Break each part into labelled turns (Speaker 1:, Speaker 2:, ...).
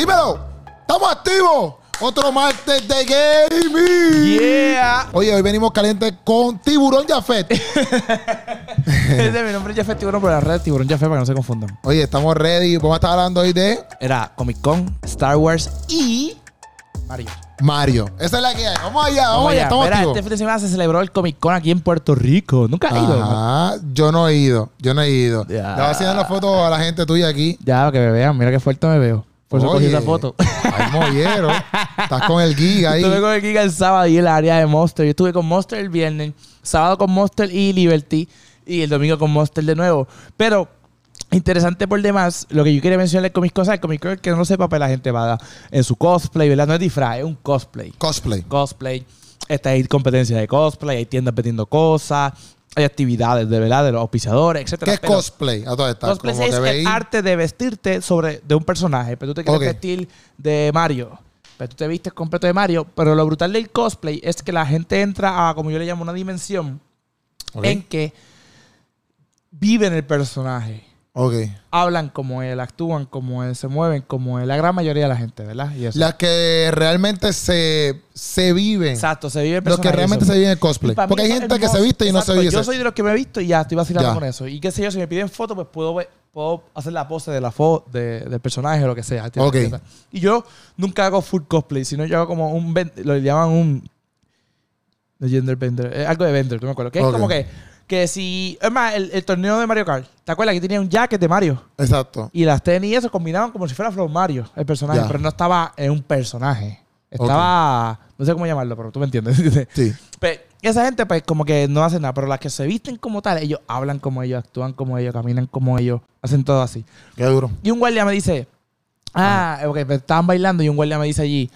Speaker 1: Dímelo, estamos activos. Otro martes de gaming.
Speaker 2: Yeah.
Speaker 1: Oye, hoy venimos calientes con Tiburón Jafet.
Speaker 2: Este, mi nombre es Jaffe Tiburón, pero la red es Tiburón Jaffe para que no se confundan.
Speaker 1: Oye, estamos ready. Vamos a estar hablando hoy de
Speaker 2: Era Comic Con, Star Wars y Mario.
Speaker 1: Mario. Esa es la que hay. Vamos allá, vamos, allá.
Speaker 2: Vaya,
Speaker 1: Estamos
Speaker 2: mira,
Speaker 1: activos.
Speaker 2: este fin de semana se celebró el Comic Con aquí en Puerto Rico. Nunca he ido. ¿no?
Speaker 1: Ajá, yo no he ido. Yo no he ido. Le voy
Speaker 2: Ya.
Speaker 1: a hacer una foto a la gente tuya aquí.
Speaker 2: Ya, para que me vean, mira qué fuerte me veo. Por eso cogí
Speaker 1: Oye,
Speaker 2: esa foto.
Speaker 1: Ay, mollero. Estás con el giga ahí.
Speaker 2: Estuve con el Giga el sábado y el área de Monster. Yo estuve con Monster el viernes, sábado con Monster y Liberty y el domingo con Monster de nuevo. Pero interesante por demás, lo que yo quería mencionar con mis cosas, con Comic Con, que no lo sepa, pues la gente va a- en su cosplay, ¿verdad? No es disfraz, es un cosplay.
Speaker 1: Cosplay.
Speaker 2: Cosplay. Está, hay competencias de cosplay, hay tiendas vendiendo cosas, hay actividades de verdad de los auspiciadores, etcétera.
Speaker 1: ¿Qué es
Speaker 2: Pero-
Speaker 1: cosplay? Ah, A todas estas.
Speaker 2: Cosplay
Speaker 1: Como
Speaker 2: es
Speaker 1: te
Speaker 2: el
Speaker 1: veis.
Speaker 2: arte de vestirte sobre de un personaje. Pero tú te quieres
Speaker 1: Ok.
Speaker 2: vestir de Mario. Pero tú te vistes completo de Mario. Pero lo brutal del cosplay es que la gente entra a, como yo le llamo, una dimensión
Speaker 1: Ok.
Speaker 2: en que viven el personaje.
Speaker 1: ok.
Speaker 2: Hablan como él, actúan como él, se mueven como él. La gran mayoría de la gente, ¿verdad? Y eso.
Speaker 1: Las que realmente se, se viven.
Speaker 2: Exacto, se vive el
Speaker 1: Los
Speaker 2: personaje.
Speaker 1: que realmente se viven el cosplay.
Speaker 2: para mí
Speaker 1: Porque hay
Speaker 2: eso es
Speaker 1: gente que
Speaker 2: hermoso.
Speaker 1: se viste y no se
Speaker 2: Exacto,
Speaker 1: vive.
Speaker 2: Yo soy de los que me he visto y ya estoy vacilando
Speaker 1: Ya.
Speaker 2: con eso. Y qué sé yo, si me piden foto, pues puedo, ver- puedo hacer la pose de la fo- de- del personaje o lo que sea. ¿entiendes?
Speaker 1: Ok.
Speaker 2: ¿Entiendes? Y yo nunca hago full cosplay, sino yo hago como un. ven- Lo llaman un. de Gender Bender. eh, algo de Bender, no me acuerdo. Que
Speaker 1: Ok.
Speaker 2: es como que. Que si. Es más, el, el torneo de Mario Kart. ¿Te acuerdas que tenía un jacket de Mario?
Speaker 1: Exacto.
Speaker 2: Y las tenis y eso combinaban como si fuera Flor Mario, el personaje.
Speaker 1: Ya.
Speaker 2: Pero no estaba en un personaje. Estaba. No sé cómo llamarlo, pero tú me entiendes.
Speaker 1: Sí.
Speaker 2: Pero esa gente, pues, como que no hace nada. Pero las que se visten como tal, ellos hablan como ellos, actúan como ellos, caminan como ellos, hacen todo así.
Speaker 1: Qué duro.
Speaker 2: Y un guardia me dice, ah, ok, pero estaban bailando y un guardia me dice allí,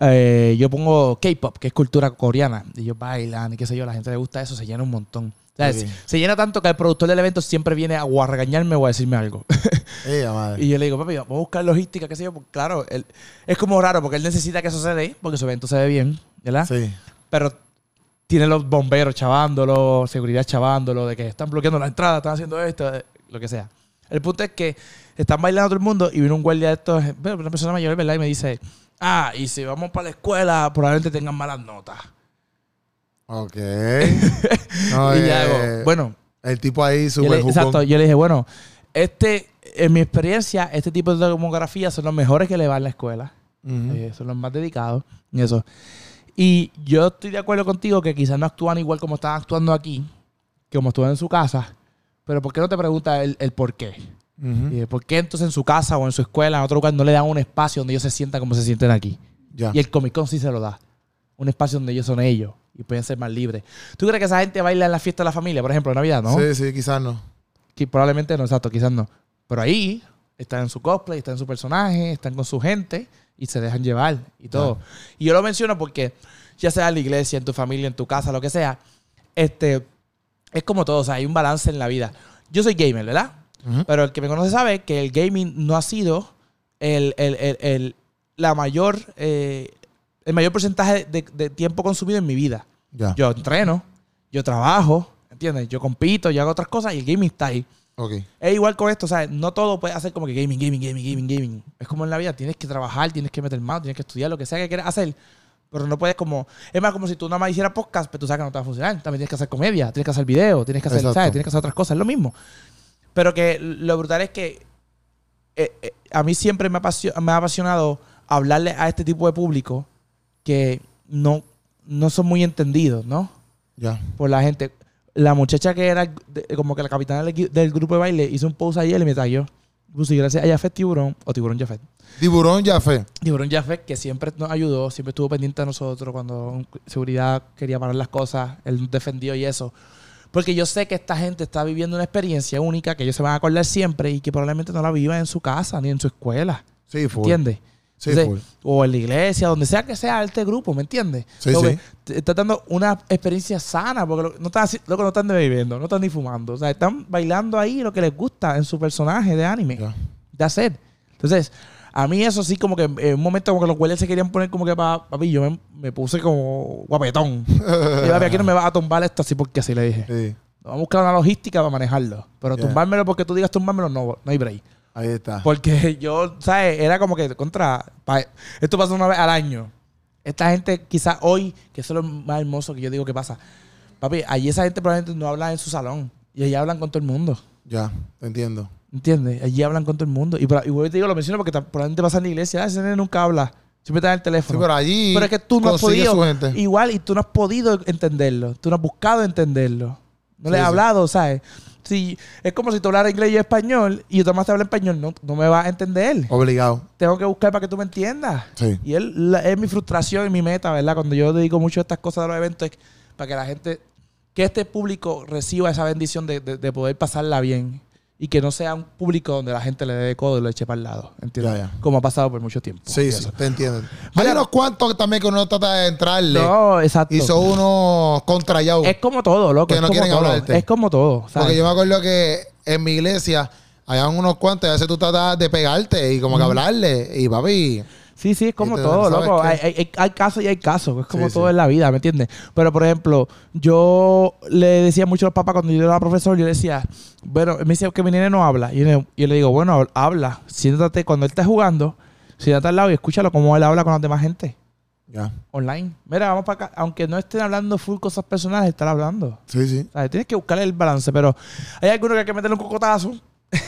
Speaker 2: eh, yo pongo K-pop, que es cultura coreana. Y ellos bailan y qué sé yo, a la gente le gusta eso, se llena un montón. ¿Sabes?
Speaker 1: Ok.
Speaker 2: Se llena tanto que el productor del evento siempre viene a, o a regañarme o a decirme algo.
Speaker 1: Ella, madre.
Speaker 2: Y yo le digo, papi, vamos a buscar logística, qué sé yo. Porque, claro, él- es como raro porque él necesita que eso se dé, porque su evento se ve bien, ¿verdad?
Speaker 1: Sí.
Speaker 2: pero tiene los bomberos chavándolo, seguridad chavándolo, de que están bloqueando la entrada, están haciendo esto, eh, lo que sea. El punto es que están bailando todo el mundo y vino un guardia de estos, eh, bueno, una persona mayor, ¿verdad? Y me dice, ah, y si vamos para la escuela, probablemente tengan malas notas.
Speaker 1: Ok. eh,
Speaker 2: y ya hago, bueno,
Speaker 1: El tipo ahí
Speaker 2: yo
Speaker 1: sube
Speaker 2: le, exacto, yo le dije, bueno, este, en mi experiencia, este tipo de tomografías son los mejores que le va a la escuela. Eh, son los más dedicados y eso. Y yo estoy de acuerdo contigo que quizás no actúan igual como estaban actuando aquí, que como estuvieron en su casa, pero ¿por qué no te preguntas el, el por qué? Eh, ¿Por qué entonces en su casa o en su escuela, en otro lugar, no le dan un espacio donde ellos se sientan como se sienten aquí?
Speaker 1: Ya.
Speaker 2: Y el Comic Con sí se lo da. Un espacio donde ellos son ellos y pueden ser más libres. ¿Tú crees que esa gente baila en la fiesta de la familia, por ejemplo, en Navidad, no?
Speaker 1: Sí, sí, quizás no.
Speaker 2: Que probablemente no, exacto, quizás no. Pero ahí están en su cosplay, están en su personaje, están con su gente y se dejan llevar y todo. Y yo lo menciono porque, ya sea en la iglesia, en tu familia, en tu casa, lo que sea, este, es como todo, o sea, hay un balance en la vida. Yo soy gamer, ¿verdad?
Speaker 1: Ujú.
Speaker 2: Pero el que me conoce sabe que el gaming no ha sido el, el- el- el- la mayor, eh, el mayor porcentaje de- de tiempo consumido en mi vida.
Speaker 1: Ya.
Speaker 2: Yo entreno, yo trabajo, ¿entiendes? Yo compito, yo hago otras cosas y el gaming está ahí.
Speaker 1: Ok.
Speaker 2: Es igual con esto, ¿sabes? No todo puede hacer como que gaming, gaming, gaming, gaming, gaming. Es como en la vida, tienes que trabajar, tienes que meter mano, tienes que estudiar, lo que sea que quieras hacer. Pero no puedes como... Es más, como si tú nada más hicieras podcast, pero tú sabes que no te va a funcionar. También tienes que hacer comedia, tienes que hacer video, tienes que hacer,
Speaker 1: Exacto.
Speaker 2: ¿sabes? Tienes que hacer otras cosas, es lo mismo. Pero que lo brutal es que eh, eh, a mí siempre me, apasio- me ha apasionado hablarle a este tipo de público que no, no son muy entendidos, ¿no?
Speaker 1: Ya.
Speaker 2: por la gente. La muchacha que era de- como que la capitana del, equi- del grupo de baile hizo un post ayer y me tagueó. Puso gracias a Jafet Tiburón o Tiburón Jafet.
Speaker 1: Tiburón Jafé.
Speaker 2: Tiburón Jafet que siempre nos ayudó, siempre estuvo pendiente de nosotros cuando un- seguridad quería parar las cosas, él nos defendió y eso. Porque yo sé que esta gente está viviendo una experiencia única que ellos se van a acordar siempre y que probablemente no la vivan en su casa ni en su escuela.
Speaker 1: Sí, full.
Speaker 2: ¿Entiendes?
Speaker 1: Sí, full.
Speaker 2: Entonces, o en la iglesia, donde sea que sea este grupo, ¿me entiendes?
Speaker 1: Sí,
Speaker 2: Lo que
Speaker 1: sí.
Speaker 2: te- Estás dando una experiencia sana, porque lo- no están, así- loco, no están ni bebiendo, no están ni fumando. O sea, están bailando ahí lo que les gusta en su personaje de anime.
Speaker 1: Ya.
Speaker 2: De hacer. Entonces, a mí eso sí, como que en un momento como que los güeyes se querían poner como que para. Papi, yo me, me puse como guapetón. y papi, aquí no me vas a tumbar esto así porque así le dije.
Speaker 1: Sí.
Speaker 2: Vamos a buscar una logística para manejarlo. Pero
Speaker 1: Yeah.
Speaker 2: tumbármelo porque tú digas tumbármelo, no, no hay break.
Speaker 1: Ahí está.
Speaker 2: Porque yo, ¿sabes? Era como que contra. pa- esto pasa una vez al año. Esta gente, quizás hoy, que eso es lo más hermoso que yo digo que pasa. Papi, allí esa gente probablemente no habla en su salón. Y allí hablan con todo el mundo.
Speaker 1: Ya, te entiendo.
Speaker 2: ¿Entiendes? Allí hablan con todo el mundo. Y, por- y vuelvo y te digo, lo menciono porque ta- probablemente pasa en la iglesia. "Ah, Ese nene nunca habla. Siempre está en el
Speaker 1: Sí,
Speaker 2: teléfono.
Speaker 1: pero allí.
Speaker 2: Pero es que tú no has
Speaker 1: consigue
Speaker 2: podido.
Speaker 1: su gente.
Speaker 2: Igual, y tú no has podido entenderlo. Tú no has buscado entenderlo. No le
Speaker 1: Sí,
Speaker 2: has
Speaker 1: sí.
Speaker 2: hablado, ¿sabes? Si, es como si tú hablaras inglés y yo español y yo tomás te hablo español. No, no me vas a entender.
Speaker 1: Obligado.
Speaker 2: Tengo que buscar para que tú me entiendas.
Speaker 1: Sí.
Speaker 2: Y él, la- es mi frustración y mi meta, ¿verdad? Cuando yo dedico mucho a estas cosas de los eventos, es para que la gente, que este público reciba esa bendición de, de- de poder pasarla bien. Y que no sea un público donde la gente le dé codo y lo eche para el lado. ¿Entiendes?
Speaker 1: Ya, ya.
Speaker 2: Como ha pasado por mucho tiempo.
Speaker 1: Sí, sí,
Speaker 2: Eso.
Speaker 1: te entiendo. Hay unos cuantos que también que uno trata de entrarle
Speaker 2: No, exacto.
Speaker 1: y son unos contrallados.
Speaker 2: Es como todo, loco.
Speaker 1: Que
Speaker 2: es
Speaker 1: no
Speaker 2: como
Speaker 1: quieren
Speaker 2: todo.
Speaker 1: hablarte.
Speaker 2: Es como todo. ¿sabes?
Speaker 1: Porque yo me acuerdo que en mi iglesia habían unos cuantos y a veces tú tratabas de pegarte y como que hablarle. Y papi,
Speaker 2: Sí, sí, es como
Speaker 1: te-
Speaker 2: todo,
Speaker 1: ¿sabes
Speaker 2: loco.
Speaker 1: qué?
Speaker 2: Hay, hay- hay- hay casos y hay casos. Es como
Speaker 1: Sí,
Speaker 2: todo
Speaker 1: sí.
Speaker 2: en la vida, ¿me entiendes? Pero, por ejemplo, yo le decía mucho a los papás cuando yo era profesor, yo le decía, bueno, me decía que mi nene no habla. Y yo le, yo le digo, bueno, habla. Siéntate cuando él está jugando, siéntate al lado y escúchalo como él habla con la demás gente
Speaker 1: ya.
Speaker 2: online. Mira, vamos para acá. Aunque no estén hablando full cosas personales, están hablando.
Speaker 1: Sí, sí.
Speaker 2: O sea, tienes que buscar el balance, pero hay algunos que hay que meterle un cocotazo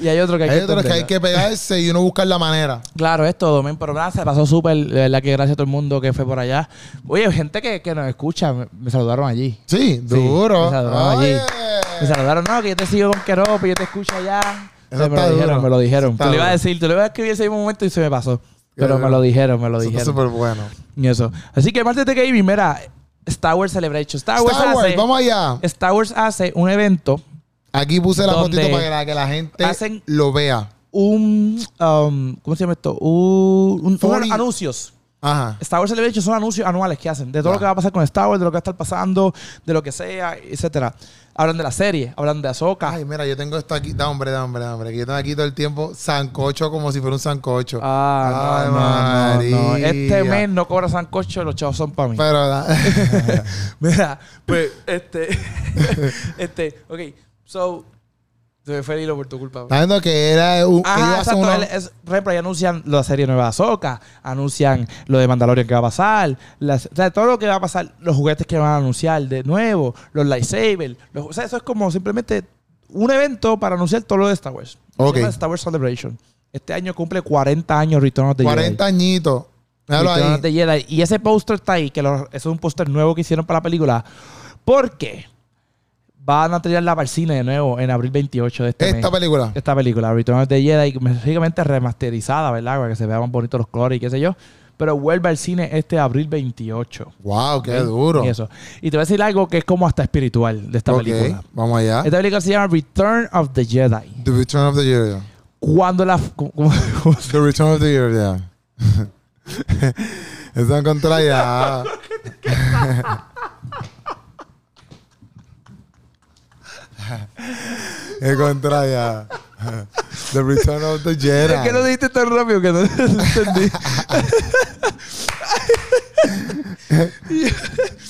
Speaker 2: y hay otros que hay,
Speaker 1: Hay
Speaker 2: que
Speaker 1: otros que hay
Speaker 2: entenderlo.
Speaker 1: que pegarse y uno buscar la manera.
Speaker 2: Claro, es todo, men, pero nada, se pasó súper. La verdad que gracias a todo el mundo que fue por allá. Oye, gente que, que nos escucha, me, me saludaron allí.
Speaker 1: Sí, duro.
Speaker 2: me saludaron
Speaker 1: Oye.
Speaker 2: allí. Me saludaron, no, que yo te sigo con Keropi, yo te escucho allá.
Speaker 1: Eso
Speaker 2: me
Speaker 1: está
Speaker 2: lo dijeron,
Speaker 1: duro.
Speaker 2: me lo dijeron.
Speaker 1: Eso está
Speaker 2: Tú le ibas a
Speaker 1: duro.
Speaker 2: decir, tú le ibas a escribir ese mismo momento y se me pasó. Pero me
Speaker 1: duro.
Speaker 2: lo dijeron, me lo
Speaker 1: Eso está
Speaker 2: dijeron.
Speaker 1: súper bueno.
Speaker 2: Y eso. Así que martes de gaming, mira, Star Wars Celebration. Star Wars,
Speaker 1: Star Wars,
Speaker 2: Ah, pues hace,
Speaker 1: vamos allá.
Speaker 2: Star Wars hace un evento,
Speaker 1: Aquí puse la
Speaker 2: Donde
Speaker 1: fotito para que la, que la gente
Speaker 2: hacen-
Speaker 1: lo vea.
Speaker 2: un, um, ¿cómo se llama esto? Un, un-
Speaker 1: Forty-
Speaker 2: anuncios.
Speaker 1: Ajá.
Speaker 2: Star Wars Celebration son anuncios anuales que hacen de todo
Speaker 1: Ya.
Speaker 2: lo que va a pasar con Star Wars, de lo que va a estar pasando, de lo que sea, etcétera. Hablan de la serie, hablan de Ahsoka.
Speaker 1: Ay, mira, yo tengo esto aquí. Da hombre, da hombre, da hombre. Que yo tengo aquí todo el tiempo sancocho como si fuera un sancocho.
Speaker 2: Ah, no,
Speaker 1: Ay,
Speaker 2: no, no,
Speaker 1: María.
Speaker 2: no.
Speaker 1: Pues,
Speaker 2: Este mes no cobra sancocho, los chavos son para mí.
Speaker 1: Pero da-
Speaker 2: Mira, pues, este, este, ok, so, se me fue el hilo por tu culpa.
Speaker 1: está viendo que era un. que
Speaker 2: Ajá,
Speaker 1: iba a ser
Speaker 2: exacto.
Speaker 1: una-
Speaker 2: Él es- por ejemplo, ahí anuncian la serie nueva de Ahsoka, anuncian lo de Mandalorian que va a pasar, las- o sea, todo lo que va a pasar, los juguetes que van a anunciar de nuevo, los lightsabers. los- o sea, eso es como simplemente un evento para anunciar todo lo de Star Wars. Se
Speaker 1: Ok.
Speaker 2: llama Star Wars Celebration. Este año cumple 40 años Return of the
Speaker 1: 40 añitos.
Speaker 2: Jedi.
Speaker 1: Míralo
Speaker 2: Return of
Speaker 1: ahí.
Speaker 2: the Jedi. Y ese póster está ahí, que lo- eso es un póster nuevo que hicieron para la película. Porque van a tirar la para el cine de nuevo en abril 28 de este mes
Speaker 1: Esta película.
Speaker 2: esta película, Return of the Jedi, básicamente remasterizada, ¿verdad? Para que se vean bonitos los colores y qué sé yo. Pero vuelve al cine este abril 28.
Speaker 1: Wow, qué
Speaker 2: ¿ok?
Speaker 1: duro.
Speaker 2: Y, eso. y te voy a decir algo que es como hasta espiritual de esta
Speaker 1: Ok, Ah.
Speaker 2: película.
Speaker 1: Vamos allá.
Speaker 2: Esta película se llama Return of the Jedi.
Speaker 1: The Return of the Jedi.
Speaker 2: Cuando la... como- como-
Speaker 1: The Return of the Jedi. Eso en contra ya. En contra ya. The Return of the Jedi.
Speaker 2: Es que lo dijiste tan rápido que no no entendí.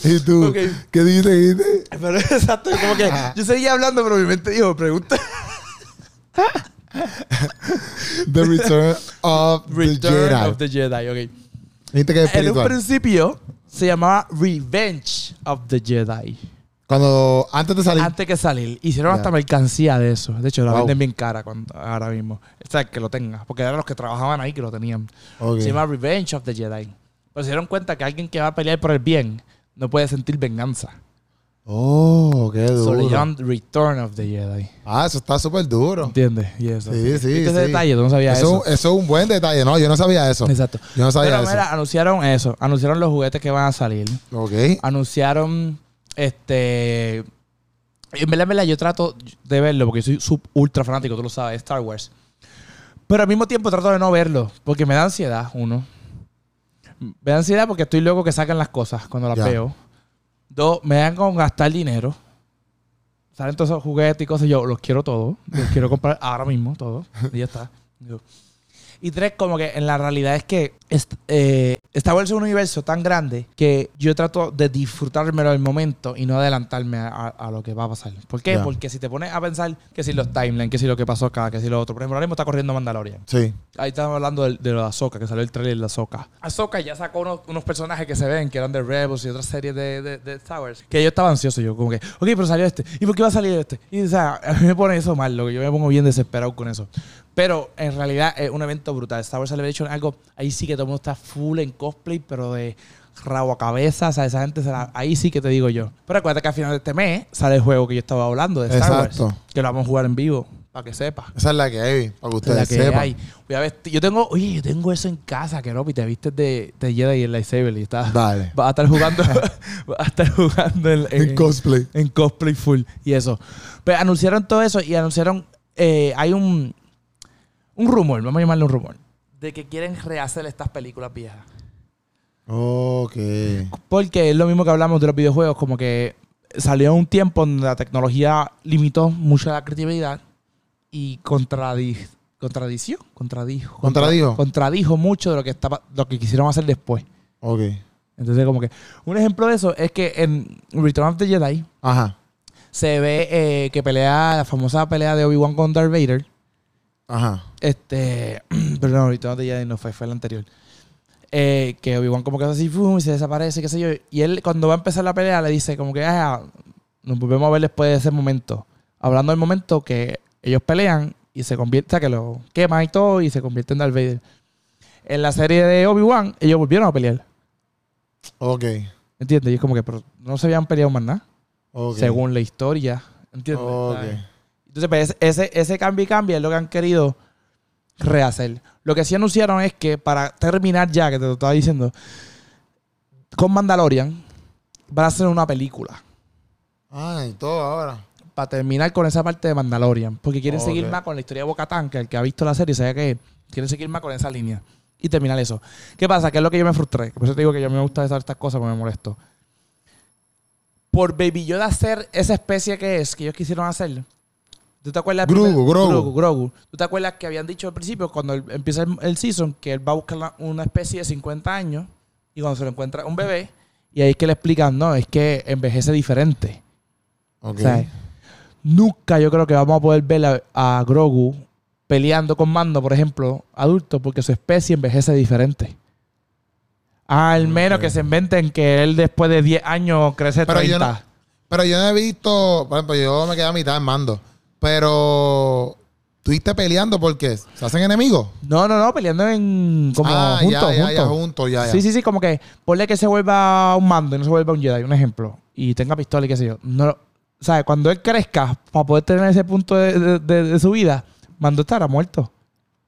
Speaker 1: ¿Y tú?
Speaker 2: Ok.
Speaker 1: ¿Qué dijiste? ¿Qué dijiste?
Speaker 2: Pero exacto, como que yo seguía hablando, pero mi mente dijo, pregunta.
Speaker 1: The Return of the
Speaker 2: Return
Speaker 1: Jedi.
Speaker 2: of the Jedi, ok.
Speaker 1: Dijiste que es
Speaker 2: En Eh, un
Speaker 1: espiritual.
Speaker 2: principio se llamaba Revenge of the Jedi.
Speaker 1: Cuando, antes de salir.
Speaker 2: Antes que salir. Hicieron
Speaker 1: Ya.
Speaker 2: hasta mercancía de eso. De hecho, la
Speaker 1: Wow.
Speaker 2: venden bien cara cuando- ahora mismo. O sea, que lo tenga. Porque eran los que trabajaban ahí que lo tenían.
Speaker 1: Ok.
Speaker 2: Se llama Revenge of the Jedi. Pero se dieron cuenta que alguien que va a pelear por el bien no puede sentir venganza.
Speaker 1: Oh, qué
Speaker 2: So le
Speaker 1: duro.
Speaker 2: llaman Return of the Jedi.
Speaker 1: Ah, eso está súper duro.
Speaker 2: ¿Entiendes? Y eso.
Speaker 1: Sí, sí,
Speaker 2: ¿Viste ese
Speaker 1: sí.
Speaker 2: detalle? Tú no sabías
Speaker 1: Eso,
Speaker 2: eso.
Speaker 1: eso es un buen detalle. No, yo no sabía eso.
Speaker 2: Exacto.
Speaker 1: Yo no sabía
Speaker 2: Pero
Speaker 1: eso.
Speaker 2: mira, anunciaron eso. Anunciaron los juguetes que van a salir.
Speaker 1: Ok.
Speaker 2: anunciaron este en verdad, en verdad, yo trato de verlo porque soy sub ultra fanático, tú lo sabes, de Star Wars. Pero al mismo tiempo trato de no verlo porque me da ansiedad, uno. Me da ansiedad porque estoy loco que sacan las cosas cuando las
Speaker 1: Ya.
Speaker 2: veo. Dos, me dan con gastar dinero. Salen todos esos juguetes y cosas, yo los quiero todos. Los quiero comprar ahora mismo todos. Y ya está. Yo- Y tres, como que en la realidad es que est- eh, Star Wars es un universo tan grande que yo trato de disfrutármelo del momento y no adelantarme a, a- a lo que va a pasar. ¿Por qué?
Speaker 1: Ya.
Speaker 2: Porque si te pones a pensar que si los timelines, que si lo que pasó acá, que si lo otro. Por ejemplo, ahora mismo está corriendo Mandalorian.
Speaker 1: Sí.
Speaker 2: Ahí estamos hablando de, de lo de Ahsoka, que salió el trailer de Ahsoka. Ahsoka ya sacó unos, unos personajes que se ven, que eran de Rebels y otras series de, de, de Star Wars. Que yo estaba ansioso, yo como que, ok, pero salió este. ¿Y por qué va a salir este? Y o sea, a mí me pone eso mal, lo que yo me pongo bien desesperado con eso. Pero en realidad es un evento brutal. Star Wars Celebration, algo, ahí sí que todo el mundo está full en cosplay, pero de rabo a cabeza, o sea, esa gente se la- ahí sí que te digo yo. Pero acuérdate que al final de este mes sale el juego que yo estaba hablando de Star Wars.
Speaker 1: Exacto.
Speaker 2: Que lo vamos a jugar en vivo, para que sepas.
Speaker 1: Esa es la que hay, para que ustedes
Speaker 2: La que
Speaker 1: sepan.
Speaker 2: hay. Voy a vestir- Yo tengo, oye, yo tengo eso en casa, que no, y te viste de, de Jedi y el lightsaber y estás.
Speaker 1: Dale.
Speaker 2: Vas a estar jugando. vas a estar jugando en, en-
Speaker 1: En cosplay.
Speaker 2: en cosplay full y eso. Pero anunciaron todo eso y anunciaron. eh, hay un. Un rumor, vamos a llamarle un rumor. De que quieren rehacer estas películas viejas.
Speaker 1: Ok.
Speaker 2: Porque es lo mismo que hablamos de los videojuegos, como que salió un tiempo donde la tecnología limitó mucho la creatividad y contradi contradició, contradijo, contra-
Speaker 1: Contradijo.
Speaker 2: contradijo mucho de lo que estaba, lo que quisieron hacer después.
Speaker 1: Ok.
Speaker 2: Entonces, como que un ejemplo de eso es que en Return of the Jedi
Speaker 1: Ajá.
Speaker 2: se ve eh, que pelea la famosa pelea de Obi-Wan con Darth Vader.
Speaker 1: Ajá.
Speaker 2: Este, pero no, ahorita no te ya no fue, fue el anterior. Eh, que Obi-Wan como que hace así, ¡fum! y se desaparece, qué sé yo. Y él cuando va a empezar la pelea le dice como que, "Ah, nos volvemos a ver después de ese momento. Hablando del momento que ellos pelean y se convierte, o sea, que lo queman y todo y se convierte en Darth Vader. En la serie de Obi-Wan, ellos volvieron a pelear.
Speaker 1: Ok.
Speaker 2: ¿Entiendes? Y es como que, pero no se habían peleado más nada.
Speaker 1: Ok.
Speaker 2: Según la historia. ¿Entiendes?
Speaker 1: Ok.
Speaker 2: Entonces, pues, ese, ese- ese cambio y cambio es lo que han querido rehacer. Lo que sí anunciaron es que para terminar ya, que te lo estaba diciendo, con Mandalorian van a hacer una película.
Speaker 1: Ah, y todo ahora.
Speaker 2: Para terminar con esa parte de Mandalorian. Porque quieren
Speaker 1: Ok.
Speaker 2: seguir más con la historia de Bocatán, que el que ha visto la serie sabe que quieren seguir más con esa línea. Y terminar eso. ¿Qué pasa? Que es lo que yo me frustré. Por eso te digo que yo me gusta hacer estas cosas porque me molesto. Por Baby Yoda hacer esa especie que es, que ellos quisieron hacer. ¿Tú te acuerdas? del
Speaker 1: Grogu,
Speaker 2: primer-
Speaker 1: Grogu.
Speaker 2: Grogu, Grogu. ¿Tú te acuerdas que habían dicho al principio, cuando él- empieza el, el season, que él va a buscar la- una especie de 50 años y cuando se lo encuentra un bebé, y ahí es que le explican, no, es que envejece diferente.
Speaker 1: Ok.
Speaker 2: O sea, nunca yo creo que vamos a poder ver a, a Grogu peleando con Mando, por ejemplo, adulto, porque su especie envejece diferente. Al menos
Speaker 1: Ok.
Speaker 2: que se inventen que él después de 10 años crece
Speaker 1: Pero yo
Speaker 2: 30.
Speaker 1: no- Pero yo no he visto. Por ejemplo, yo me quedé a mitad en mando. Pero. Tuviste peleando porque se hacen enemigos.
Speaker 2: no... no, no, peleando en como
Speaker 1: ah,
Speaker 2: juntos,
Speaker 1: ya, ya, ya,
Speaker 2: juntos.
Speaker 1: juntos, Ah, ya, ya.
Speaker 2: Sí, sí, sí, como que ponle que se vuelva un mando y no se vuelva un Jedi, un ejemplo, y tenga pistola y qué sé yo. No, lo- ¿Sabes? Cuando él crezca, para poder tener ese punto de, de- de- de su vida, Mando estará muerto,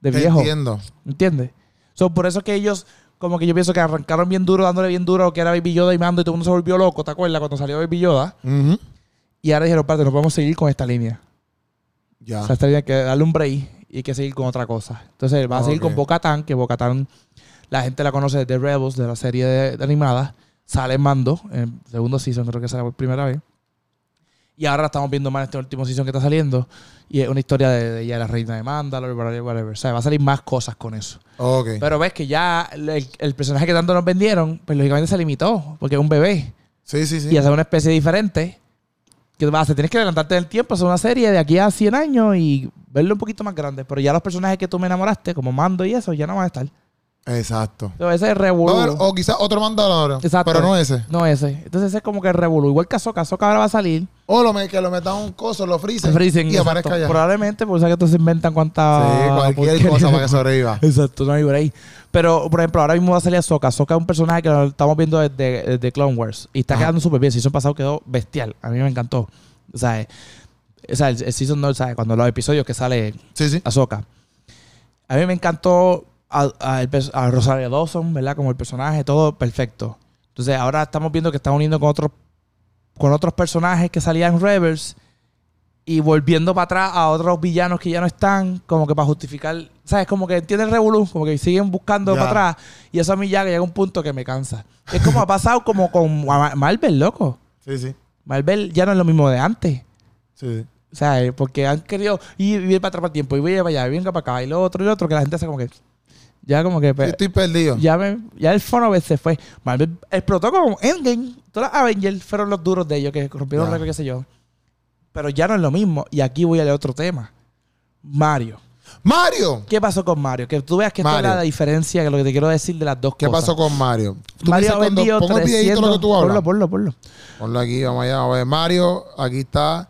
Speaker 2: de viejo.
Speaker 1: Entiendo.
Speaker 2: ¿Entiendes? So, por eso que ellos, como que yo pienso que arrancaron bien duro, dándole bien duro, que era Baby Yoda y Mando, y todo el mundo se volvió loco, ¿te acuerdas? Cuando salió Baby Yoda.
Speaker 1: Ujú.
Speaker 2: Y ahora dijeron, parte, no podemos seguir con esta línea.
Speaker 1: Ya.
Speaker 2: O sea, esta línea hay que darle un break y hay que seguir con otra cosa. Entonces, va a seguir
Speaker 1: Ok.
Speaker 2: con Bocatán, que Bocatán, la gente la conoce desde Rebels, de la serie de, de animada. Sale en Mando, en segundo season, creo que será por primera vez. Y ahora la estamos viendo más en este último season que está saliendo. Y es una historia de, de ella, la reina de Mandalore, whatever, whatever. O sea, va a salir más cosas con eso.
Speaker 1: ok.
Speaker 2: Pero ves que ya el, el personaje que tanto nos vendieron, pues lógicamente se limitó, porque es un bebé.
Speaker 1: sí, sí, sí.
Speaker 2: Y hacer una especie diferente. Que vas a hacer? Tienes que adelantarte en el tiempo, hacer una serie de aquí a 100 años y verlo un poquito más grande. Pero ya los personajes que tú me enamoraste, como Mando y eso, ya no van a estar.
Speaker 1: Exacto.
Speaker 2: Entonces ese es
Speaker 1: A ver,
Speaker 2: revolú.
Speaker 1: o quizás otro mandador
Speaker 2: Exacto.
Speaker 1: Pero no ese.
Speaker 2: No ese. Entonces ese es como que el revolú. Igual que Ahsoka. Ahsoka ahora va a salir.
Speaker 1: O lo me- que lo metan un coso, lo freezen.
Speaker 2: Freezing,
Speaker 1: y
Speaker 2: exacto.
Speaker 1: aparezca ya.
Speaker 2: Probablemente, por Ah, eso que tú se inventan cuánta...
Speaker 1: sí, cualquier
Speaker 2: porquería.
Speaker 1: cosa para que sobreviva.
Speaker 2: Exacto, no hay break. Pero, por ejemplo, ahora mismo va a salir Ahsoka. Ahsoka es un personaje que lo estamos viendo desde, desde Clone Wars. Y está
Speaker 1: Ajá.
Speaker 2: quedando súper bien. El season pasado quedó bestial. A mí me encantó. O sea, eh, o sea, el, el season no, o sea, cuando los episodios que sale
Speaker 1: Sí, sí.
Speaker 2: Ahsoka. A mí me encantó a, a el pers- a Rosario Dawson, ¿verdad? Como el personaje, todo perfecto. Entonces, ahora estamos viendo que están uniendo con otros con otros personajes que salían en Rebels y volviendo para atrás a otros villanos que ya no están, como que para justificar, ¿sabes? Como que entienden el revolú, como que siguen buscando
Speaker 1: Ya.
Speaker 2: para atrás y eso a mí ya que llega un punto que me cansa. Es como ha pasado como con Ma- Marvel, loco.
Speaker 1: Sí, sí.
Speaker 2: Marvel ya no es lo mismo de antes.
Speaker 1: Sí, sí.
Speaker 2: eh, ¿Sabes? Porque han querido ir, ir para atrás para el tiempo, y voy para allá, y venga para acá, y lo otro, y lo otro, que la gente hace como que. Ya como que... pues,
Speaker 1: Yo estoy perdido.
Speaker 2: Ya, me- ya el Fonover se fue. Marvel explotó como Endgame. Todas las Avengers fueron los duros de ellos que rompieron
Speaker 1: Ya.
Speaker 2: récord, qué sé yo. Pero ya no es lo mismo. Y aquí voy a leer otro tema. Mario.
Speaker 1: Mario.
Speaker 2: ¿Qué pasó con Mario? Que tú veas que esta es
Speaker 1: Mario.
Speaker 2: la diferencia que lo que te quiero decir de las dos
Speaker 1: ¿Qué
Speaker 2: cosas.
Speaker 1: pasó con Mario? Tú me dices
Speaker 2: Mario ha
Speaker 1: cuando-
Speaker 2: vendido
Speaker 1: Pon el videíto lo que
Speaker 2: 300.
Speaker 1: tú hablas.
Speaker 2: Ponlo, ponlo, ponlo.
Speaker 1: Ponlo aquí, vamos allá. A ver, Mario, aquí está.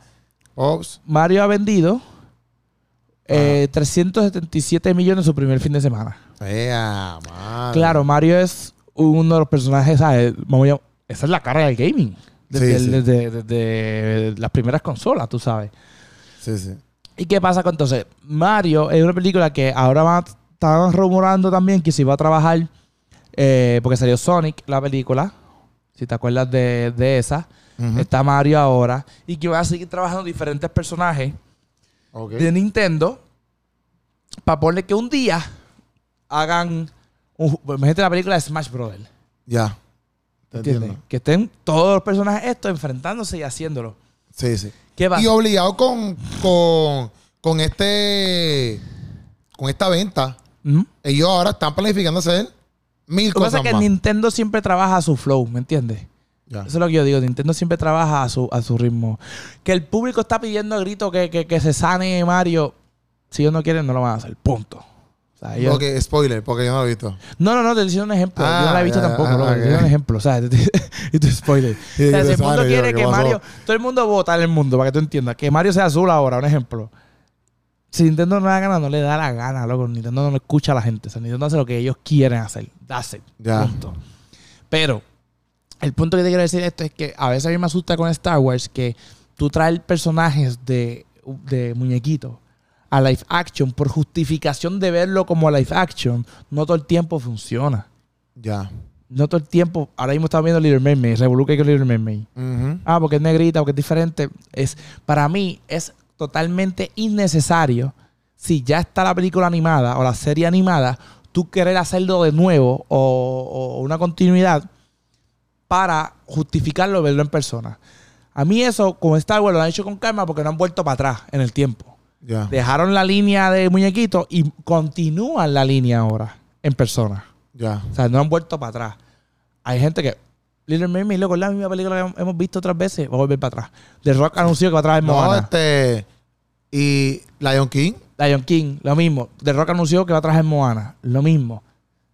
Speaker 1: Ops.
Speaker 2: Mario ha vendido
Speaker 1: Ah.
Speaker 2: eh, 377 millones en su primer fin de semana.
Speaker 1: Ea, madre.
Speaker 2: Claro, Mario es uno de los personajes, ¿sabes? Vamos a llam- esa es la cara del gaming. Desde,
Speaker 1: Sí, sí.
Speaker 2: desde- desde las primeras consolas, tú sabes.
Speaker 1: Sí, sí.
Speaker 2: ¿Y qué pasa con entonces? Mario es una película que ahora van, estaban rumorando también que se iba a trabajar, eh, porque salió Sonic, la película, si te acuerdas de, de esa.
Speaker 1: Ujú.
Speaker 2: Está Mario ahora. Y que van a seguir trabajando diferentes personajes
Speaker 1: Ok.
Speaker 2: de Nintendo para ponerle que un día hagan... Un, ju- imagínate la película de Smash Brothers.
Speaker 1: Ya. Te
Speaker 2: ¿Entiendes?
Speaker 1: entiendo.
Speaker 2: Que estén todos los personajes estos enfrentándose y haciéndolo.
Speaker 1: Sí, sí.
Speaker 2: ¿Qué va?
Speaker 1: Y obligado con, con, con este. Con esta venta.
Speaker 2: Ujú.
Speaker 1: Ellos ahora están planificando hacer mil
Speaker 2: Lo que ¿Mm? pasa
Speaker 1: cosas
Speaker 2: es que
Speaker 1: más. Ah.
Speaker 2: Nintendo siempre trabaja a su flow, ¿me entiendes?
Speaker 1: Ya.
Speaker 2: Eso es lo que yo digo. Nintendo siempre trabaja a su, a su ritmo. Que el público está pidiendo a grito que, que- que se sane Mario. Si ellos no quieren, no lo van a hacer. Punto. O sea, ellos-
Speaker 1: Ok, spoiler, porque yo no lo he visto.
Speaker 2: No, no, no, te estoy diciendo un ejemplo. yo no la
Speaker 1: Ah,
Speaker 2: he visto
Speaker 1: ya,
Speaker 2: tampoco,
Speaker 1: ah,
Speaker 2: loco. Te estoy
Speaker 1: ok.
Speaker 2: diciendo un ejemplo. O sea, te estoy- y tu spoiler.
Speaker 1: Sí,
Speaker 2: o sea,
Speaker 1: que
Speaker 2: si
Speaker 1: te
Speaker 2: el mundo
Speaker 1: sane, yo,
Speaker 2: quiere
Speaker 1: ¿qué
Speaker 2: que
Speaker 1: pasó?
Speaker 2: Mario. Todo el mundo vota en el mundo, para que tú entiendas. Que Mario sea azul ahora, un ejemplo. Si Nintendo no le da gana, no le da la gana, loco. Nintendo no escucha a la gente. O sea, Nintendo hace lo que ellos quieren hacer. That's it.
Speaker 1: Ya.
Speaker 2: Punto. Pero, el punto que te quiero decir esto es que a veces a mí me asusta con Star Wars que tú traes personajes de, de muñequitos a live action por justificación de verlo como live action, no todo el tiempo funciona.
Speaker 1: Ya.
Speaker 2: No todo el tiempo. Ahora mismo estamos viendo Little Mermaid, revoluque con Little Mermaid.
Speaker 1: Ujú.
Speaker 2: Ah, porque es negrita, porque es diferente. Es, para mí es totalmente innecesario si ya está la película animada o la serie animada, tú querer hacerlo de nuevo o, o una continuidad para justificarlo verlo en persona. A mí eso, con Star Wars, lo han hecho con calma porque no han vuelto para atrás en el tiempo.
Speaker 1: Ya.
Speaker 2: Dejaron la línea de muñequito y continúan la línea ahora en persona.
Speaker 1: Ya.
Speaker 2: O sea, no han vuelto para atrás. Hay gente que. Little Mermaid, loco, es la misma película que hem- hemos visto otras veces. Va a volver para atrás. The Rock anunció que va a traer
Speaker 1: No,
Speaker 2: Moana.
Speaker 1: este. Y Lion King.
Speaker 2: Lion King, lo mismo. The Rock anunció que va a traer Moana. Lo mismo.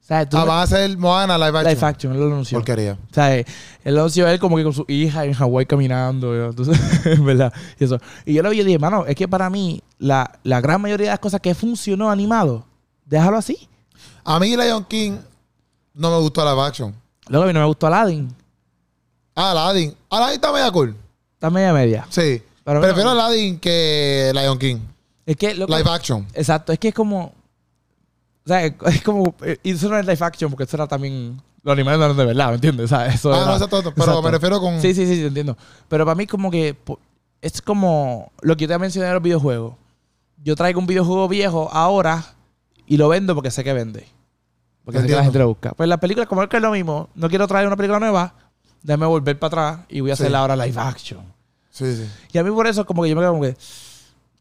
Speaker 2: O sea, tú.
Speaker 1: Ah, van a hacer Moana live action.
Speaker 2: Life Action, él lo anunció.
Speaker 1: Porquería.
Speaker 2: O sea, eh, él lo anunció él como que con su hija en Hawái caminando. yo, tú sabes, en ¿Verdad? Y, eso. y yo lo vi y dije, mano, es que para mí, la, la gran mayoría de las cosas que funcionó animado, déjalo así.
Speaker 1: A mí Lion King no me gustó live action.
Speaker 2: Luego a mí no me gustó Aladdin.
Speaker 1: Ah, Aladdin. Aladdin está media cool.
Speaker 2: Está media media.
Speaker 1: Sí.
Speaker 2: Pero
Speaker 1: Prefiero
Speaker 2: no.
Speaker 1: Aladdin que Lion King.
Speaker 2: Es que. loco,
Speaker 1: Live action. Ah,
Speaker 2: Exacto, es que es como. O sea, es como. eh, Y eso no es live action, porque eso era también. Los animales no eran de verdad, ¿me entiendes? O sea, eso
Speaker 1: Ah,
Speaker 2: era-
Speaker 1: no, exacto, exacto. Pero
Speaker 2: exacto.
Speaker 1: me refiero con.
Speaker 2: Sí, sí, sí, te entiendo. Pero para mí, como que. po- Es como lo que yo te mencioné de los videojuegos. Yo traigo un videojuego viejo ahora y lo vendo porque sé que vende. Porque sé que
Speaker 1: Entiendo.
Speaker 2: la gente lo busca. Pues las películas, como es que es lo mismo, no quiero traer una película nueva, déjame volver para atrás y voy a
Speaker 1: Sí.
Speaker 2: hacerla ahora live action.
Speaker 1: sí, sí.
Speaker 2: Y a mí por eso como que yo me quedo como que...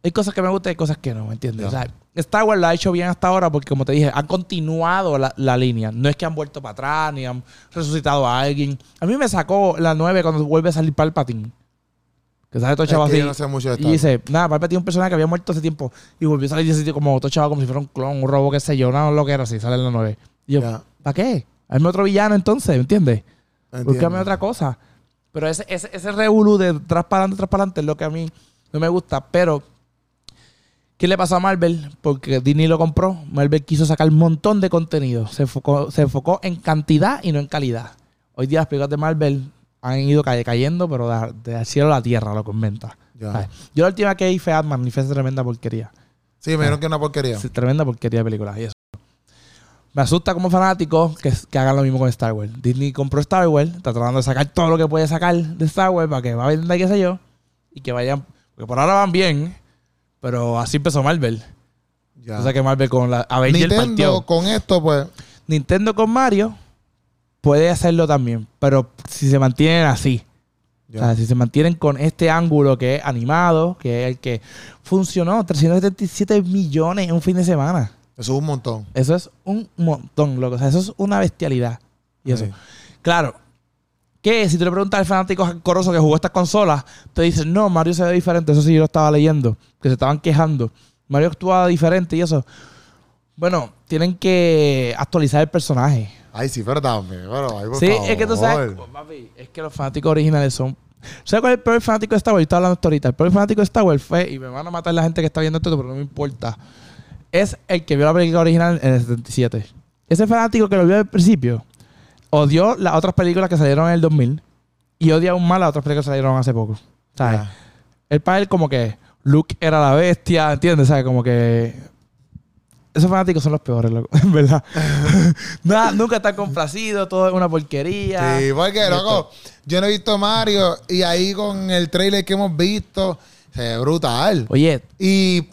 Speaker 2: Hay cosas que me gustan y hay cosas que no, ¿me entiendes?
Speaker 1: Ya.
Speaker 2: O sea, Star Wars lo ha hecho bien hasta ahora porque, como te dije, han continuado la, la línea. No es que han vuelto para atrás ni han resucitado a alguien. A mí me sacó la 9 cuando vuelve a salir Palpatine. Que sale todo
Speaker 1: Es que
Speaker 2: chavo así.
Speaker 1: yo no sé mucho de
Speaker 2: y
Speaker 1: Star Wars.
Speaker 2: dice, nada, Palpatine es un personaje que había muerto hace tiempo y volvió a salir de ese sitio como todo chavo, como si fuera un clon, un robo, qué sé yo, no lo que era así, sale en la 9. Y yo,
Speaker 1: Ya,
Speaker 2: ¿para qué? Hazme otro villano entonces, ¿me entiendes?
Speaker 1: entiendo.
Speaker 2: Búscame otra cosa. Pero ese, ese, ese revolú de tras para adelante, tras para adelante es lo que a mí no me gusta. Pero, ¿qué le pasó a Marvel? Porque Disney lo compró. Marvel quiso sacar un montón de contenido. Se enfocó, se enfocó en cantidad y no en calidad. Hoy día las películas de Marvel han ido ca- cayendo, pero de, del cielo a la tierra, lo comenta.
Speaker 1: Ya.
Speaker 2: Yo la última que hice Ant-Man y fue tremenda porquería.
Speaker 1: Sí, me dijeron que es una porquería.
Speaker 2: Es tremenda porquería de películas y eso. Me asusta como fanático que, que hagan lo mismo con Star Wars. Disney compró Star Wars, está tratando de sacar todo lo que puede sacar de Star Wars para que va a vender, qué sé yo, y que vayan. Porque por ahora van bien, pero así empezó Marvel.
Speaker 1: Ya.
Speaker 2: O sea que Marvel con la Avengers
Speaker 1: Nintendo
Speaker 2: partió.
Speaker 1: con esto, pues.
Speaker 2: Nintendo con Mario puede hacerlo también, pero si se mantienen así.
Speaker 1: ya.
Speaker 2: O sea, si se mantienen con este ángulo que es animado, que es el que funcionó, 377 millones en un fin de semana.
Speaker 1: Eso es un montón.
Speaker 2: Eso es un montón, loco. O sea, eso es una bestialidad. Y eso.
Speaker 1: Sí.
Speaker 2: Claro. Que si tú le preguntas al fanático coroso que jugó estas consolas, te dicen, no, Mario se ve diferente. Eso sí, yo lo estaba leyendo. Que se estaban quejando. Mario actuaba diferente y eso. Bueno, tienen que actualizar el personaje.
Speaker 1: Ay, sí, pero también. Pero, ay, por
Speaker 2: sí, es que tú
Speaker 1: favor.
Speaker 2: sabes, Pues, papi, es que los fanáticos originales son. ¿Sabes cuál es el peor fanático de Star Wars? Yo estaba hablando esto ahorita. El peor fanático de Star Wars fue, y me van a matar la gente que está viendo esto, pero no me importa. Es el que vio la película original en el 77. Ese fanático que lo vio al principio odió las otras películas que salieron en el 2000 y odia aún más las otras películas que salieron hace poco. ¿Sabes?
Speaker 1: Ya.
Speaker 2: El para él, como que Luke era la bestia, ¿entiendes? ¿Sabes? Como que. Esos fanáticos son los peores, loco. En verdad. Nada, nunca están complacidos, todo es una porquería.
Speaker 1: Sí, porque, loco, yo no he visto Mario y ahí con el trailer que hemos visto, se ve brutal.
Speaker 2: Oye,
Speaker 1: Y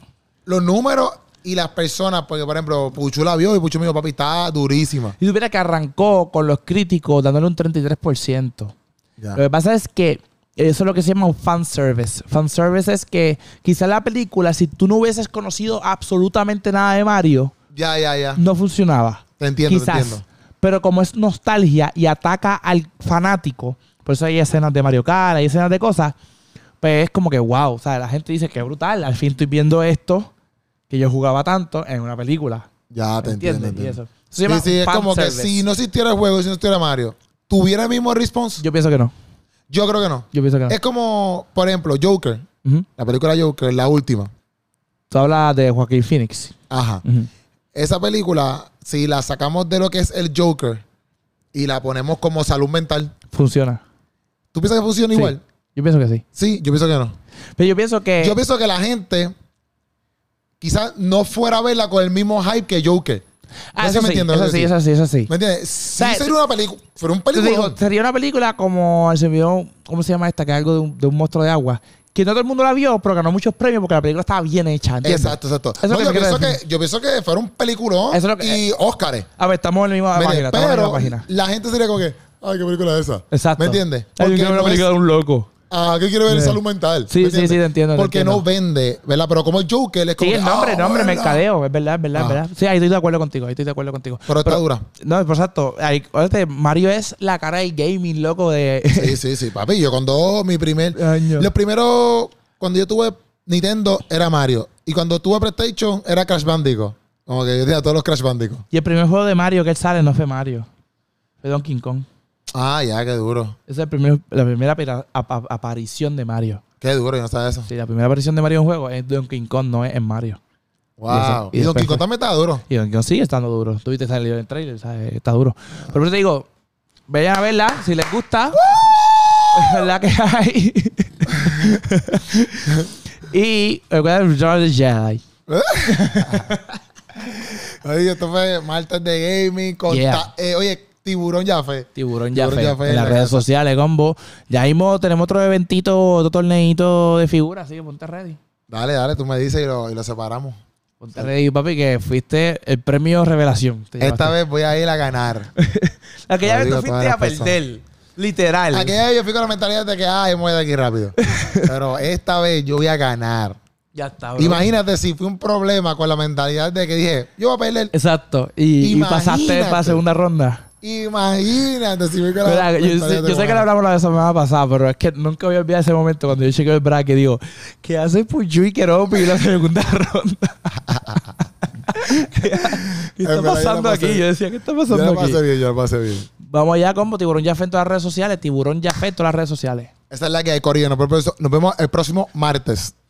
Speaker 1: los números y las personas, porque, por ejemplo, Puchu la vio y Puchu me dijo, papi, está durísima.
Speaker 2: si tuviera que arrancó con los críticos dándole un 33%.
Speaker 1: Ya.
Speaker 2: Lo que pasa es que eso es lo que se llama un fanservice. Fanservice es que quizá la película, si tú no hubieses conocido absolutamente nada de Mario,
Speaker 1: Ya, ya, ya.
Speaker 2: no funcionaba.
Speaker 1: Te entiendo, te
Speaker 2: Quizás.
Speaker 1: entiendo.
Speaker 2: Pero como es nostalgia y ataca al fanático, por eso hay escenas de Mario Kart, hay escenas de cosas, pues es como que wow. O sea, la gente dice que brutal, al fin estoy viendo esto que yo jugaba tanto en una película.
Speaker 1: Ya, te entiendo.
Speaker 2: ¿Entiendes?
Speaker 1: entiendo.
Speaker 2: Y eso. Eso se
Speaker 1: Sí,
Speaker 2: llama
Speaker 1: sí, es como que
Speaker 2: fanservice.
Speaker 1: si no existiera el juego y si no existiera Mario, ¿tuviera el mismo response? Yo,
Speaker 2: Yo pienso que no.
Speaker 1: creo que no.
Speaker 2: Yo pienso que no.
Speaker 1: Es como, por ejemplo, Joker.
Speaker 2: Ujú.
Speaker 1: La película Joker, la última.
Speaker 2: Tú hablas de Joaquín Phoenix.
Speaker 1: Ajá.
Speaker 2: Ujú.
Speaker 1: Esa película, si la sacamos de lo que es el Joker y la ponemos como salud mental,
Speaker 2: Funciona.
Speaker 1: ¿tú piensas que funciona
Speaker 2: Sí.
Speaker 1: igual?
Speaker 2: Yo pienso que sí.
Speaker 1: Sí, yo pienso que no.
Speaker 2: Pero yo pienso que.
Speaker 1: Yo pienso que la gente quizás no fuera a verla con el mismo hype que Joker.
Speaker 2: Ah,
Speaker 1: no sé si
Speaker 2: eso,
Speaker 1: me
Speaker 2: sí,
Speaker 1: entiendo,
Speaker 2: eso
Speaker 1: eso
Speaker 2: sí,
Speaker 1: sí.
Speaker 2: eso sí, eso sí.
Speaker 1: ¿Me entiendes?
Speaker 2: sea,
Speaker 1: Sí, sería una película. Fue un
Speaker 2: Yo te digo,
Speaker 1: película.
Speaker 2: sería una película como se vio, ¿cómo se llama esta? Que es algo de un, de un monstruo de agua. Que no todo el mundo la vio, pero ganó muchos premios porque la película estaba bien hecha. ¿entiendes?
Speaker 1: Exacto, exacto.
Speaker 2: Eso es
Speaker 1: No,
Speaker 2: lo que
Speaker 1: yo,
Speaker 2: me quiero
Speaker 1: pienso que, yo pienso que fuera un peliculón
Speaker 2: Eso es lo que-
Speaker 1: y Óscares.
Speaker 2: A ver, estamos en la misma
Speaker 1: ¿me
Speaker 2: página.
Speaker 1: entiendes?
Speaker 2: Estamos en la
Speaker 1: Pero
Speaker 2: misma página.
Speaker 1: la gente sería como que, ay, qué película es esa.
Speaker 2: Exacto.
Speaker 1: ¿Me pues, entiendes?
Speaker 2: Hay
Speaker 1: Porque
Speaker 2: una
Speaker 1: no es-
Speaker 2: película de un loco.
Speaker 1: Ah, ¿qué quiero ver?
Speaker 2: Sí.
Speaker 1: Salud mental.
Speaker 2: Sí,
Speaker 1: ¿me
Speaker 2: sí, sí,
Speaker 1: entiendes?
Speaker 2: te entiendo, te
Speaker 1: Porque
Speaker 2: entiendo.
Speaker 1: no vende, ¿verdad? Pero como el Joker es como.
Speaker 2: Sí, el
Speaker 1: que,
Speaker 2: nombre,
Speaker 1: ah,
Speaker 2: el nombre,
Speaker 1: ¿verdad?
Speaker 2: mercadeo. Es verdad, es verdad, es
Speaker 1: Ah.
Speaker 2: verdad. Sí, ahí estoy de acuerdo contigo. Ahí estoy de acuerdo contigo.
Speaker 1: Pero está dura.
Speaker 2: No, pero exacto. Ahí, acuérdate, Mario es la cara del gaming, loco, de.
Speaker 1: Sí, sí, sí, papi. Yo cuando mi primer.
Speaker 2: Año.
Speaker 1: Lo primero, cuando yo tuve Nintendo era Mario. Y cuando tuve PlayStation era Crash Bandicoot. Como que yo tenía todos los Crash Bandicoot.
Speaker 2: Y el primer juego de Mario que él sale no fue Mario. Fue Donkey Kong.
Speaker 1: Ah, ya, qué duro.
Speaker 2: Esa es el primer- la primera apira- ap- ap- aparición de Mario.
Speaker 1: Qué duro, yo no sabía eso.
Speaker 2: Sí, la primera aparición de Mario en un juego es Donkey Kong, no es en Mario.
Speaker 1: Wow.
Speaker 2: Y
Speaker 1: Y, Don
Speaker 2: después
Speaker 1: Quijote también estaba duro.
Speaker 2: Y Donkey Kong sigue estando duro. Tú viste salió en el trailer, ¿sabes? Está duro. Pero por eso te digo, vayan a verla si les gusta. Es verdad que hay. y recuerden Return of the Jedi.
Speaker 1: Oye, esto fue Martes de Gaming. Con
Speaker 2: Yeah.
Speaker 1: ta- eh, oye, Tiburón ya fue.
Speaker 2: Tiburón ya
Speaker 1: Tiburón
Speaker 2: fue.
Speaker 1: ya fue
Speaker 2: En
Speaker 1: en
Speaker 2: las
Speaker 1: la
Speaker 2: redes
Speaker 1: casa.
Speaker 2: sociales, combo. Ya mismo tenemos otro eventito, otro torneito de figuras, así que ponte ready.
Speaker 1: Dale, dale, tú me dices y lo, y lo separamos.
Speaker 2: Ponte ready, papi, que fuiste el premio Revelación. Te
Speaker 1: Esta
Speaker 2: llevaste.
Speaker 1: vez voy a ir a ganar.
Speaker 2: Aquella
Speaker 1: Lo
Speaker 2: vez tú
Speaker 1: digo a
Speaker 2: fuiste
Speaker 1: todas
Speaker 2: a
Speaker 1: las personas.
Speaker 2: perder. Literal.
Speaker 1: Aquella vez yo fui con la mentalidad de que, ay, me voy de aquí rápido. Pero esta vez yo voy a ganar.
Speaker 2: Ya está, bro.
Speaker 1: Imagínate si fue un problema con la mentalidad de que dije, yo voy a perder.
Speaker 2: Exacto. Y, y pasaste
Speaker 1: Imagínate.
Speaker 2: para segunda ronda.
Speaker 1: Imagínate si fui con la
Speaker 2: Mira, yo,
Speaker 1: mentalidad
Speaker 2: sé-
Speaker 1: de
Speaker 2: yo sé que lo
Speaker 1: ganar.
Speaker 2: hablamos la semana pasada, pero es que nunca voy a olvidar ese momento cuando yo chequeo el bracket y digo, ¿qué hace Puyu y Keropi en la segunda ronda? ¿Qué
Speaker 1: Es
Speaker 2: está
Speaker 1: verdad, yo la
Speaker 2: pasando
Speaker 1: pasé.
Speaker 2: aquí? Yo decía, ¿qué está
Speaker 1: Yo
Speaker 2: pasando
Speaker 1: lo
Speaker 2: aquí?
Speaker 1: pasé bien, yo lo pasé bien.
Speaker 2: Vamos allá, combo. Tiburón ya fue en todas las redes sociales. Tiburón ya fue en todas las redes sociales.
Speaker 1: Esa es la que hay, Corillo. Nos vemos- nos vemos el próximo martes.